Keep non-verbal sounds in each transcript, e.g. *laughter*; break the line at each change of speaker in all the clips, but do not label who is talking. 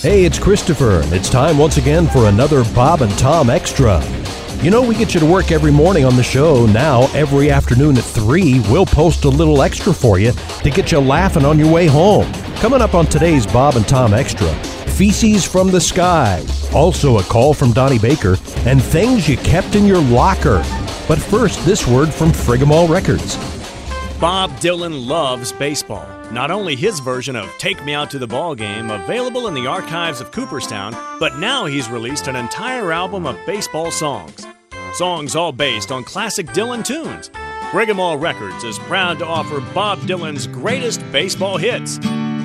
Hey, it's Christopher, and it's time once again for another Bob and Tom Extra. You know, we get you to work every morning on the show. Now, every afternoon at 3, we'll post a little extra for you to get you laughing on your way home. Coming up on today's Bob and Tom Extra Feces from the Sky, also a call from Donnie Baker, and things you kept in your locker. But first, this word from Frigamall Records.
Bob Dylan loves baseball. Not only his version of Take Me Out to the Ball Game, available in the archives of Cooperstown, but now he's released an entire album of baseball songs. Songs all based on classic Dylan tunes. Brighamall Records is proud to offer Bob Dylan's greatest baseball hits.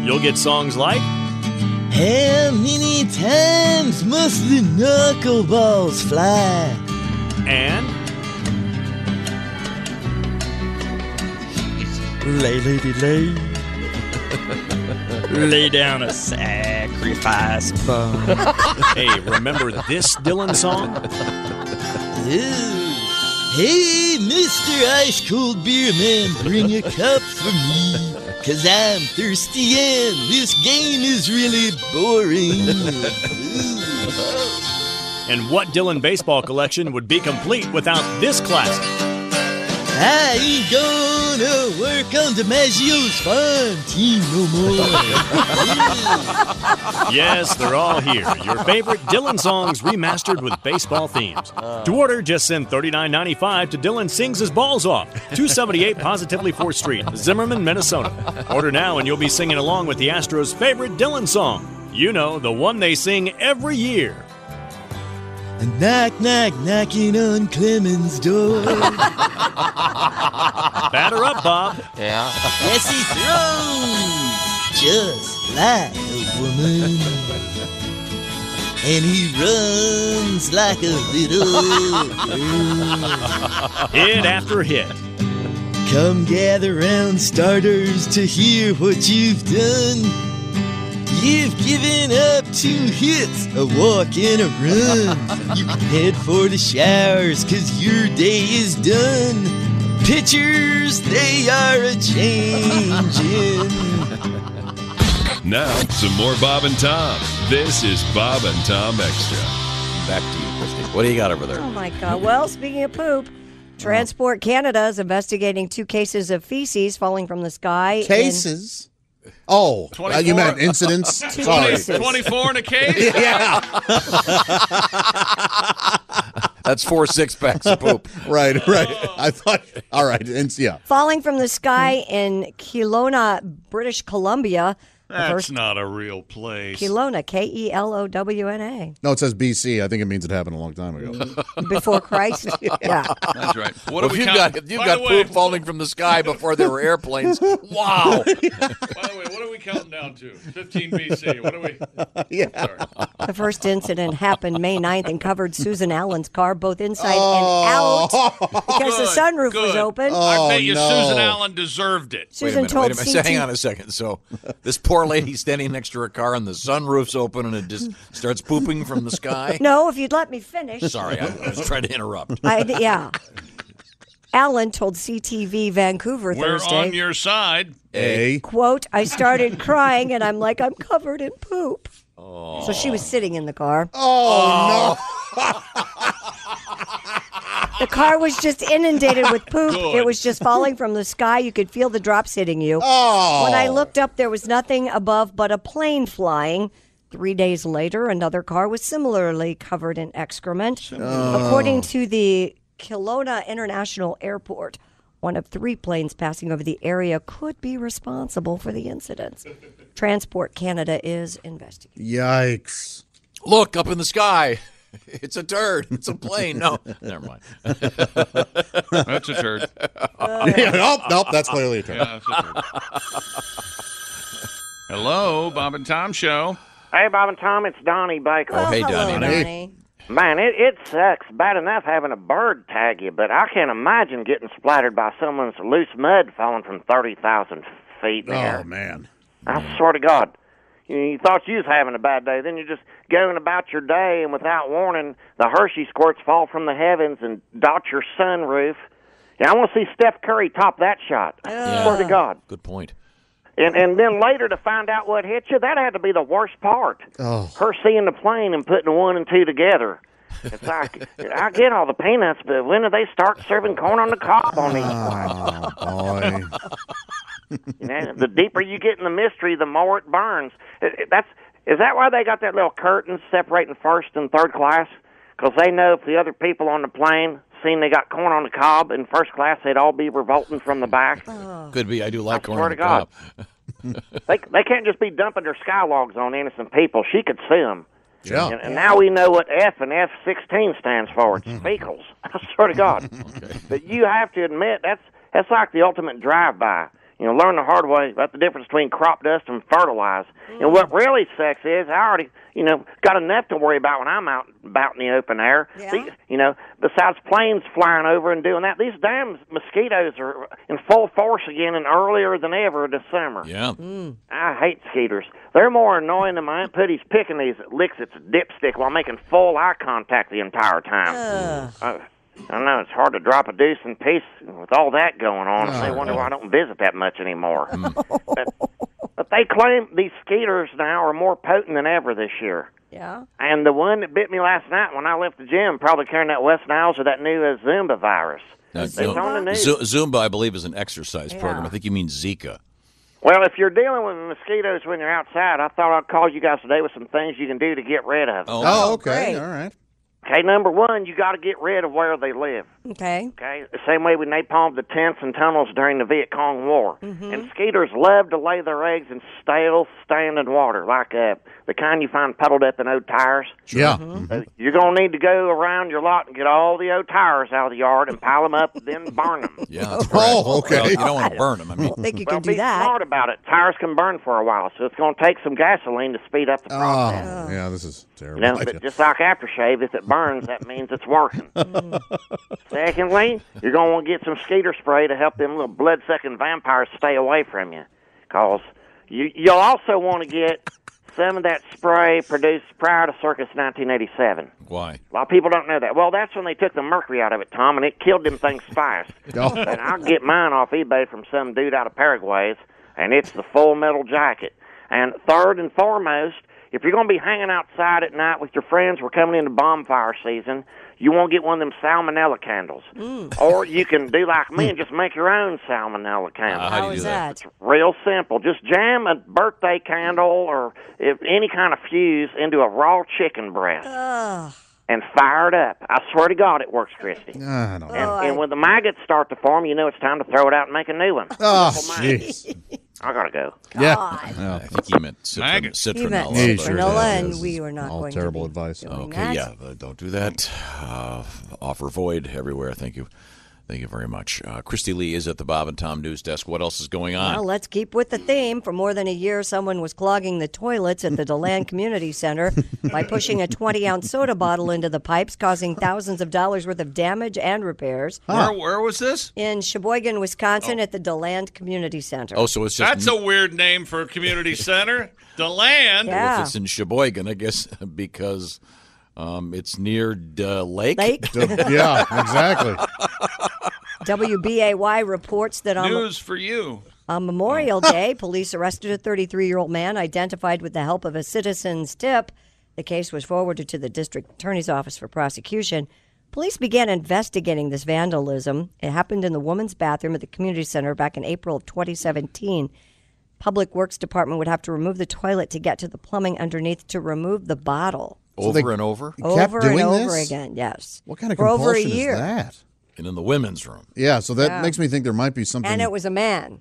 You'll get songs like
How many times must the knuckleballs fly?
and
Lay, lady, lay. *laughs* lay down a sacrifice bone.
Hey, remember this Dylan song?
Ooh. Hey, Mr. Ice Cold Beer Man, bring a cup for me. Cause I'm thirsty and this game is really boring. Ooh.
And what Dylan baseball collection would be complete without this classic?
I ain't gonna work on DiMaggio's farm team no more.
Yes, they're all here. Your favorite Dylan songs remastered with baseball themes. To order, just send $39.95 to Dylan Sings His Balls Off, 278 Positively 4th Street, Zimmerman, Minnesota. Order now and you'll be singing along with the Astros' favorite Dylan song. You know, the one they sing every year.
knock, knock, knocking on Clemens' *laughs* door.
Batter up, Bob.
Yes, he throws just like a woman. And he runs like a *laughs* little girl.
Hit after hit.
Come gather round, starters, to hear what you've done. You've given up two hits, a walk and a run. *laughs* You can head for the showers, cause your day is done. Pitchers, they are a changin'.
Now, some more Bob and Tom. This is Bob and Tom Extra.
Back to you, Christy. What do you got over there?
Oh my God. Well, speaking of poop, Transport Canada is investigating two cases of feces falling from the sky. in-
Cases. Oh, uh, you meant incidents?
Two
*laughs* Sorry.
cases.
in a case?
Yeah,
That's four six packs of *laughs* poop.
right, right. I thought, all right, ins- yeah.
Falling from
Hmm.
the sky in Kelowna, British Columbia. The
That's
first
not a real place.
Kelowna, K E L O W N A.
No, it says BC. I think it means it happened a long time ago.
Before
*laughs*
Christ. yeah.
That's right. What
Well,
do
if
we
you've
count?
got if you've
by
got
the way,
poop falling from the sky before there were *laughs* airplanes,
By
wow!
the way, what are we counting down to? 15 BC. What are
*laughs*
we?
yeah.
The first incident happened May 9th and covered Susan Allen's car both inside and out because the
Oh. *laughs* Good,
sunroof was
good.
open.
Oh,
I bet you
no.
Susan Allen deserved it.
Wait a
Susan
minute, wait a
told
minute. So
CT
Hang on a second. So this poor lady standing next to her car and the sunroof's open and it just starts pooping from
*laughs*
the sky.
No, if you'd let me finish.
Sorry, I I was trying to interrupt.
I, yeah. Allen told CTV Vancouver
We're
Thursday,
on your side.
A.
quote, I started crying and I'm like, I'm covered in poop. So she was sitting in the car.
Oh,
The car was just inundated
*laughs*
with poop.
Good.
It was just falling from the sky. You could feel the drops hitting you.
no. Oh.
When I looked up, there was nothing above but a plane flying. Three days later, another car was similarly covered in excrement. According
Oh.
to the Kelowna International Airport, one of three planes passing over the area could be responsible for the
*laughs*
incidents. Transport Canada is investigating.
Yikes.
Look up in the sky. *laughs* It's a turd. It's a plane. No, never mind.
That's a *laughs* turd.
yeah, *laughs* nope, nope, that's clearly a turn.
Yeah, that's a turd. Hello, Bob and Tom Show.
Hey, Bob and Tom, it's Donnie Baker.
Oh, hey,
hello,
Donnie.
Hey.
Man, it, it sucks bad enough having a bird tag you, but I can't imagine getting splattered by someone's loose mud falling from 30,000 feet in the
Oh,
air.
man.
I swear to God. You, you thought you was having a bad day, then you're just going about your day, and without warning, the Hershey squirts fall from the heavens and dot your sunroof. Yeah, I want to see Steph Curry top that shot. I swear to God.
Good point.
And and then later to find out what hit you, that had to be the worst part.
Oh.
Her seeing the plane and putting the one and two together. It's like I get all the peanuts, but when do they start serving corn on the cob on these
Oh, boy.
*laughs* you know, the deeper you get in the mystery, the more it burns. It- it- That's is that why they got that little curtain separating first and third class? Because they know if the other people on the plane seen they got corn on the cob in first class, they'd all be revolting from the back.
Oh.
Could be. I do like corn
swear
on
to
the
God.
cob.
*laughs* They they can't just be dumping their skylogs on innocent people. She could see them.
Yeah.
And, and now we know what F and F sixteen stands for. It's fecals. *laughs* I swear to God. But you have to admit that's that's like the ultimate drive by. You know, learn the hard way about the difference between crop dust and fertilizer. And what really sucks is I already you know got enough to worry about when I'm out about in the open air.
Yeah.
These, you know, besides planes flying over and doing that, these damn mosquitoes are in full force again and earlier than ever this summer.
Yeah.
I hate skeeters. They're more annoying than my Aunt Putty's pickaninnies that licks its dipstick while making full eye contact the entire time. I, I know it's hard to drop a deuce in peace with all that going on. they wonder why I don't visit that much anymore. but, but they claim these skeeters now are more potent than ever this year.
Yeah.
And the one that bit me last night when I left the gym, probably carrying that West Niles or that new uh, Zumba virus.
Now,
It's on the
Zumba,
news.
Zu- Zumba, I believe, is an exercise program. I think you mean Zika.
Well, if you're dealing with mosquitoes when you're outside, I thought I'd call you guys today with some things you can do to get rid of. them.
Oh, okay.
Great.
All right.
Okay, number one, you got to get rid of where they live.
Okay.
Okay, the same way we napalmed the tents and tunnels during the Viet Cong War.
Mm-hmm.
And skeeters love to lay their eggs in stale, standing water, like uh, the kind you find puddled up in old tires.
Yeah. Mm-hmm.
You're gonna need to go around your lot and get all the old tires out of the yard and pile them up, then burn them.
Yeah.
*laughs*
that's
Oh,
correct.
okay.
Well, you don't
*laughs*
want to burn them. I mean,
I think you
Well,
can do
be
that.
smart about it. Tires can burn for a while, so it's gonna take some gasoline to speed up the
Oh,
process.
yeah. This is
You
terrible.
know, but just like aftershave, if it burns, that means it's working. Secondly, you're going to want to get some skeeter spray to help them little blood-sucking vampires stay away from you. Because you, you'll also want to get some of that spray produced prior to Circus 1987.
why?
A lot of people don't know that. Well, that's when they took the mercury out of it, Tom, and it killed them things fast. and I'll get mine off eBay from some dude out of Paraguay's, and it's the full metal jacket. And third and foremost, if you're going to be hanging outside at night with your friends, we're coming into bonfire season, you want to get one of them salmonella candles. Or you can do like me and just make your own salmonella candle.
How do
How
you
is
do that?
that?
Real simple. Just jam a birthday candle or if any kind of fuse into a raw chicken breast and fire it up. I swear to God, it works, Christy.
I don't know.
And, and when the maggots start to form, you know it's time to throw it out and make a new one.
Oh, jeez.
I gotta go.
Yeah.
I think you meant citron,
Maggots.
citronella.
Oh. He meant
Yeah,
but- uh,
sure
granola,
did.
and we were not
All
going
terrible
to be
advice.
doing
Okay,
that.
yeah, uh, don't do that. Uh, offer void everywhere. Thank you. Thank you very much. Uh, Christy Lee is at the Bob and Tom News Desk. What else is going on?
Well, let's keep with the theme. For more than a year, someone was clogging the toilets at the Deland Community Center by pushing a 20 ounce soda bottle into the pipes, causing thousands of dollars worth of damage and repairs.
Where, where was this?
In Sheboygan, Wisconsin, at the Deland Community Center.
oh, so it's just
That's a weird name for a community center.
*laughs*
The land.
if
yeah.
it's in Sheboygan, I guess, *laughs* because um, it's near the lake.
Lake
*laughs* yeah, exactly.
WBAY reports that on
News for you.
On Memorial Day, police arrested a 33 year old man identified with the help of a citizen's tip. The case was forwarded to the district attorney's office for prosecution. Police began investigating this vandalism. It happened in the women's bathroom at the community center back in April of 2017. Public Works Department would have to remove the toilet to get to the plumbing underneath to remove the bottle.
Over and over,
They kept
over
doing
and over
this?
again, yes.
What kind of
For over a
compulsion
year.
is that?
and in the women's room.
Yeah, so that makes me think there might be something.
And it was a man.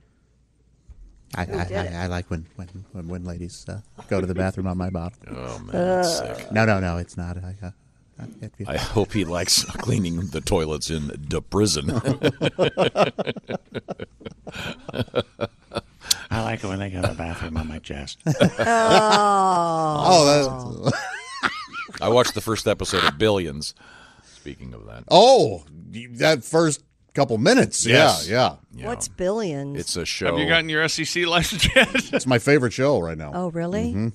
I, I, I, I like when when when, when ladies uh, go to the bathroom on my bottle.
Oh man, that's
Uh.
sick.
No, no, no, it's not. I, uh, I, it,
I hope he likes *laughs* cleaning the toilets in the prison. *laughs*
I like it when they go to the bathroom on my
*laughs*
chest.
oh, that's,
I watched the first episode of Billions. Speaking of that,
*laughs* oh, that first couple minutes.
Yes.
Yeah, yeah.
you know,
What's billions?
it's a show.
Have you gotten your SEC license yet?
It's my favorite show right now.
oh, really?
Mm-hmm.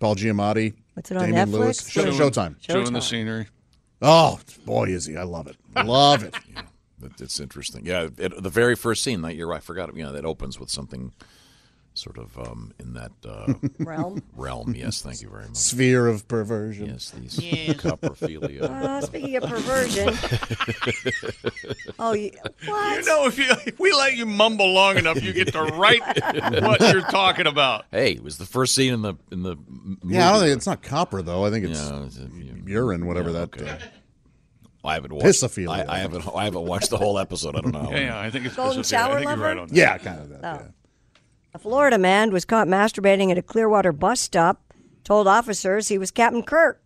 Paul Giamatti.
What's it on
Damian
Netflix?
Lewis. Show,
Showing-
Showtime.
Showing the
Showtime.
scenery.
Oh, boy, is he! I
*laughs*
love it. Love it.
That- It's interesting. Yeah, it, the very first scene that you're right, I forgot. You know, that opens with something sort of um, in that uh,
*laughs*
Realm?
Realm, yes. Thank you very much.
Sphere of perversion.
Yes, these
Yeah.
coprophilia.
Uh, speaking
*laughs*
of perversion. Oh, you, what?
You know, if, you, if we let you mumble long enough, you get to
*laughs*
write what you're talking about.
Hey, it was the first scene in the in the. m- Movie.
Yeah, I don't think it's not copper though. I think it's urine, whatever that. Uh,
I haven't watched.
Pissophilia.
I, I haven't. I haven't watched the whole episode. I don't know.
Yeah, yeah, I think it's
Golden
specific.
shower
I think
lover?
you're right on that.
Yeah, kind of that.
Oh. A Florida man was caught masturbating at a Clearwater bus stop, told officers he was Captain Kirk.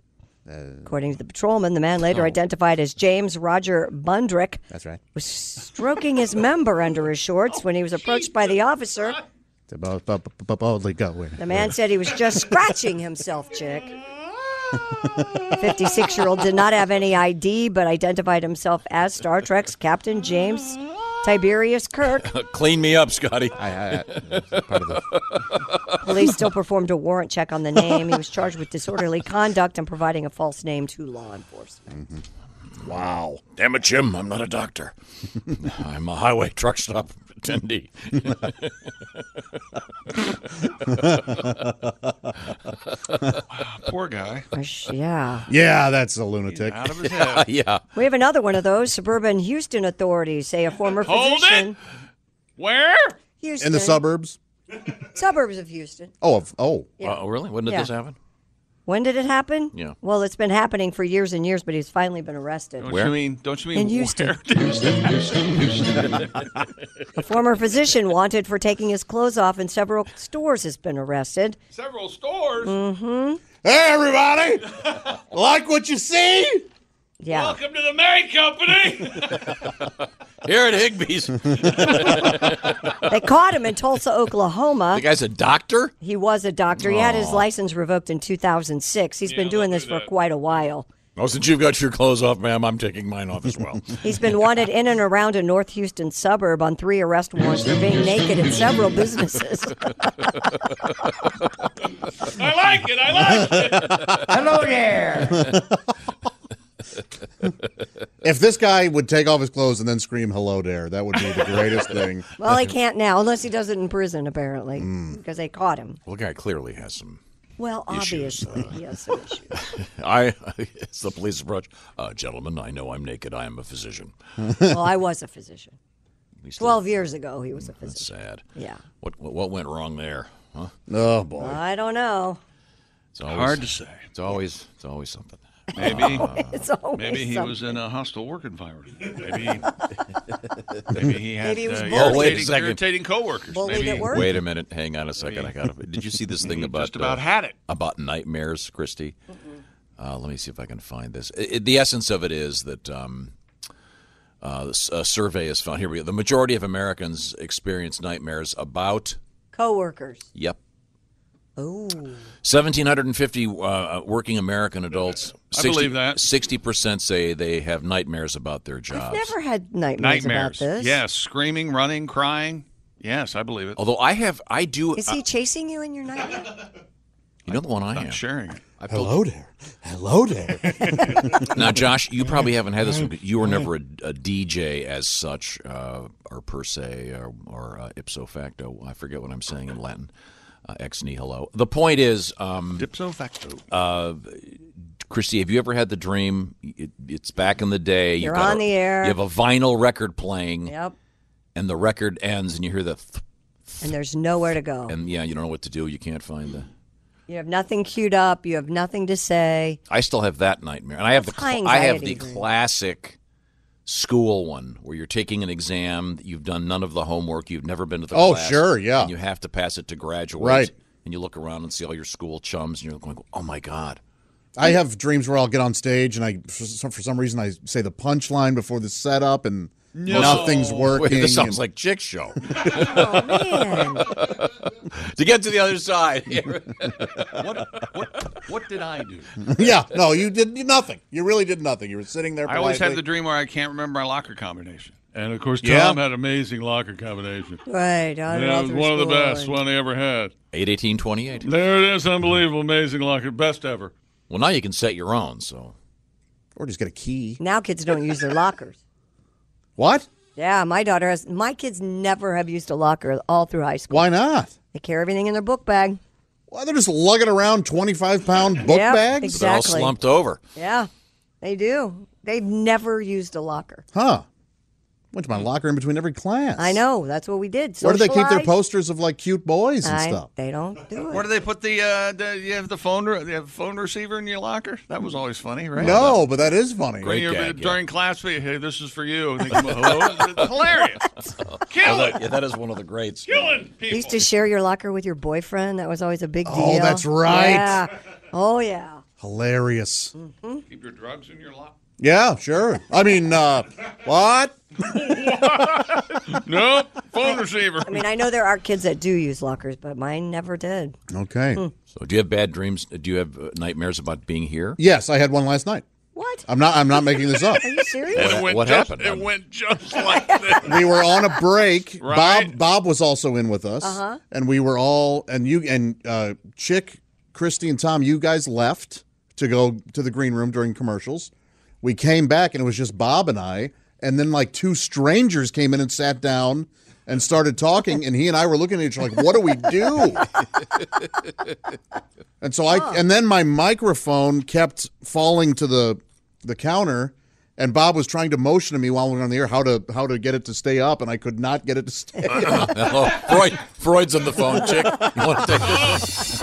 Uh.
According to the patrolman, the man later
Oh.
identified as James Roger Bundrick
That's right.
was stroking his member under his shorts when he was approached by the officer.
It's about bu- bu- bu- boldly going.
The man said he was just scratching himself, chick. 56 year old did not have any ID, but identified himself as Star Trek's Captain James Tiberius Kirk.
*laughs* Clean me up, Scotty.
*laughs*
I, I, it's part of the,
Police still performed a warrant check on the name. He was charged with disorderly conduct and providing a false name to law enforcement.
Wow. Damn it, Jim. I'm not
*laughs*
a doctor. I'm a highway truck stop attendee.
Poor guy.
Gosh, Yeah.
yeah, that's a lunatic.
Out of his head.
yeah.
We have another one of those. Suburban Houston authorities say a former
Hold
physician.
Where?
Houston.
In the suburbs.
Suburbs of Houston.
Oh, of, oh,
Yeah.
Oh, really? When did
Yeah.
this happen?
When did it happen?
Yeah.
Well, it's been happening for years and years, but he's finally been arrested.
Don't
Where?
you mean? Don't you mean
In Houston.
where? *laughs* Houston, Houston, Houston.
A former physician wanted for taking his clothes off in several stores has been arrested.
Several stores.
Mm.
hey everybody, like what you see?
Yeah.
Welcome to the Mary
*laughs*
Company.
Here
*laughs*
at Higby's. the
They caught him in Tulsa, Oklahoma.
guy's a doctor?
He was a doctor. He had his license revoked in 2006. He's been
Yeah,
doing
they'll
this
do
for
that.
quite a while.
Oh, since you've got your clothes off, ma'am, I'm taking mine off as
*laughs*
well.
He's been wanted in and around a North Houston suburb on three arrest warrants for being naked at
*laughs*
several businesses.
I like it. I like it.
If this guy would take off his clothes and then scream "Hello there," that would be the greatest thing.
Well, he can't now, unless he does it in prison, apparently,
Hmm.
because they caught him.
well, the guy clearly has some.
Well,
Issues,
uh,
obviously, he has
*laughs*
some issues.
I, *laughs* it's the police approach. Uh, gentlemen, I know I'm naked. I am a physician.
Well, I was a physician.
least
Twelve years ago, he was a physician.
Sad.
Yeah.
What, what, what went wrong there? Huh?
Oh boy,
I don't know.
It's always,
Hard to say.
It's always, it's always something.
Maybe,
It's always
maybe he
something.
was in a hostile work environment. Maybe, maybe he had
Maybe he was
uh,
bullied.
Oh, wait a
irritating,
second.
irritating coworkers.
Bullied
Maybe
at work?
Wait a minute. Hang on a second.
*laughs*
I got. to *laughs* Did you see this thing about
just about
uh,
had it.
about nightmares, Christy? Uh, let me see if I can find this. I I- the essence of it is that um, uh, s- a survey has found. Here we go. The majority of Americans experience nightmares about.
Coworkers.
Yep.
Oh,
1,750 uh, working American adults.
I believe that.
60% say they have nightmares about their jobs.
never had nightmares,
Nightmares.
about this.
Yes, screaming, running, crying. Yes, I believe it.
Although I have, I do.
Is
uh,
he chasing you in your nightmare?
you know the one I
I'm
am.
sharing it.
I built-
hello there, hello there.
Now, Josh, you probably haven't had this one. 'cause You were never a, a DJ as such, uh, or per se, or, or uh, ipso facto. I forget what I'm saying in Latin. Uh, ex nihilo. The point is, um, uh,
Dipso facto.
Christy, have you ever had the dream? It, it's back in the day. You've
You're
got
on
a-
the air.
You have a vinyl record playing,
Yep.
and the record ends, and you hear the, th-
And there's nowhere to go.
and yeah, you don't know what to do. You can't find the.
You have nothing queued up. You have nothing to say.
I still have that nightmare, and I have
That's
the cl-
high
I have the
anxiety, right?
classic school one where you're taking an exam, you've done none of the homework, you've never been to the
Oh,
class,
sure, yeah.
and you have to pass it to graduate,
Right.
And you look around and see all your school chums, and you're going, "Oh my god!" *laughs*
I have dreams where I'll get on stage and I, for some, for some reason, I say the punchline before the setup and nothing's
Wait,
working.
this sounds
and-
like chick show. *laughs*
Oh man.
to get to the other
*laughs*
side,
What, what, what did I do?
*laughs* yeah, no, you did nothing. You really did nothing. You were sitting there.
I always have the
politely.
dream where I can't remember my locker combination. And of course, Tom
Yeah.
had amazing locker
*laughs*
combination.
Right. On
Yeah,
and
it
all
was
through
one of the
school
best
and-
one I ever had.
eight eighteen twenty eight.
There it is, unbelievable, amazing locker, best ever.
Well, now you can set your own. So
or just get a key.
Now kids don't use their lockers.
What?
Yeah, my daughter has. My kids never have used a locker all through high school.
Why not?
They carry everything in their book bag.
Why they're just lugging around twenty-five pound book
Yep,
bags?
exactly. They're all slumped
over.
Yeah, they do. They've never used a locker.
Huh? Went to my locker in between every class.
I know. That's what we did.
Where do they keep their
Socialize.
posters of like cute boys and
I-
stuff?
They don't do it.
Where do they put the? Uh, the you have the phone. Re- you have a phone receiver in your locker. That was always funny, right?
No, but that is funny.
When you're- during class, we, hey, this is for you. And *laughs* they come, "Hello?" It's hilarious. Killing.
yeah, that is one of the greats.
Killing
You used to share your locker with your boyfriend. That was always a big deal.
Oh, that's right.
Yeah. Oh, yeah.
Hilarious.
Keep your drugs in your locker.
Yeah, sure. I mean, uh, what?
nope. Phone receiver.
I mean, I know there are kids that do use lockers, but mine never did.
Okay.
So, do you have bad dreams? Do you have uh, nightmares about being here?
Yes, I had one last night.
What?
I'm not. I'm not making this up.
Are you serious?
What-
It went
what
just,
happened?
It went just like that.
we were on a break.
Right.
Bob Bob was also in with us,
Uh-huh.
and we were all and you and uh, Chick, Christy, and Tom. You guys left to go to the green room during commercials. We came back, and it was just Bob and I. And then like two strangers came in and sat down and started talking, and he and I were looking at each other like, "What do we do?" And so I and then my microphone kept falling to the the counter and Bob was trying to motion to me while we were on the air how to how to get it to stay up and I could not get it to stay up.
Oh, *laughs* Freud, Freud's on the phone, chick. You want to take this?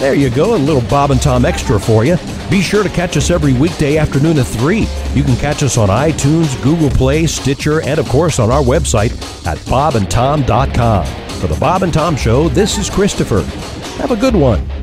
There you go, a little Bob and Tom extra for you. Be sure to catch us every weekday afternoon at 3. You can catch us on iTunes, Google Play, Stitcher, and of course on our website at bobandtom.com. For the Bob and Tom Show, this is Christopher. Have a good one.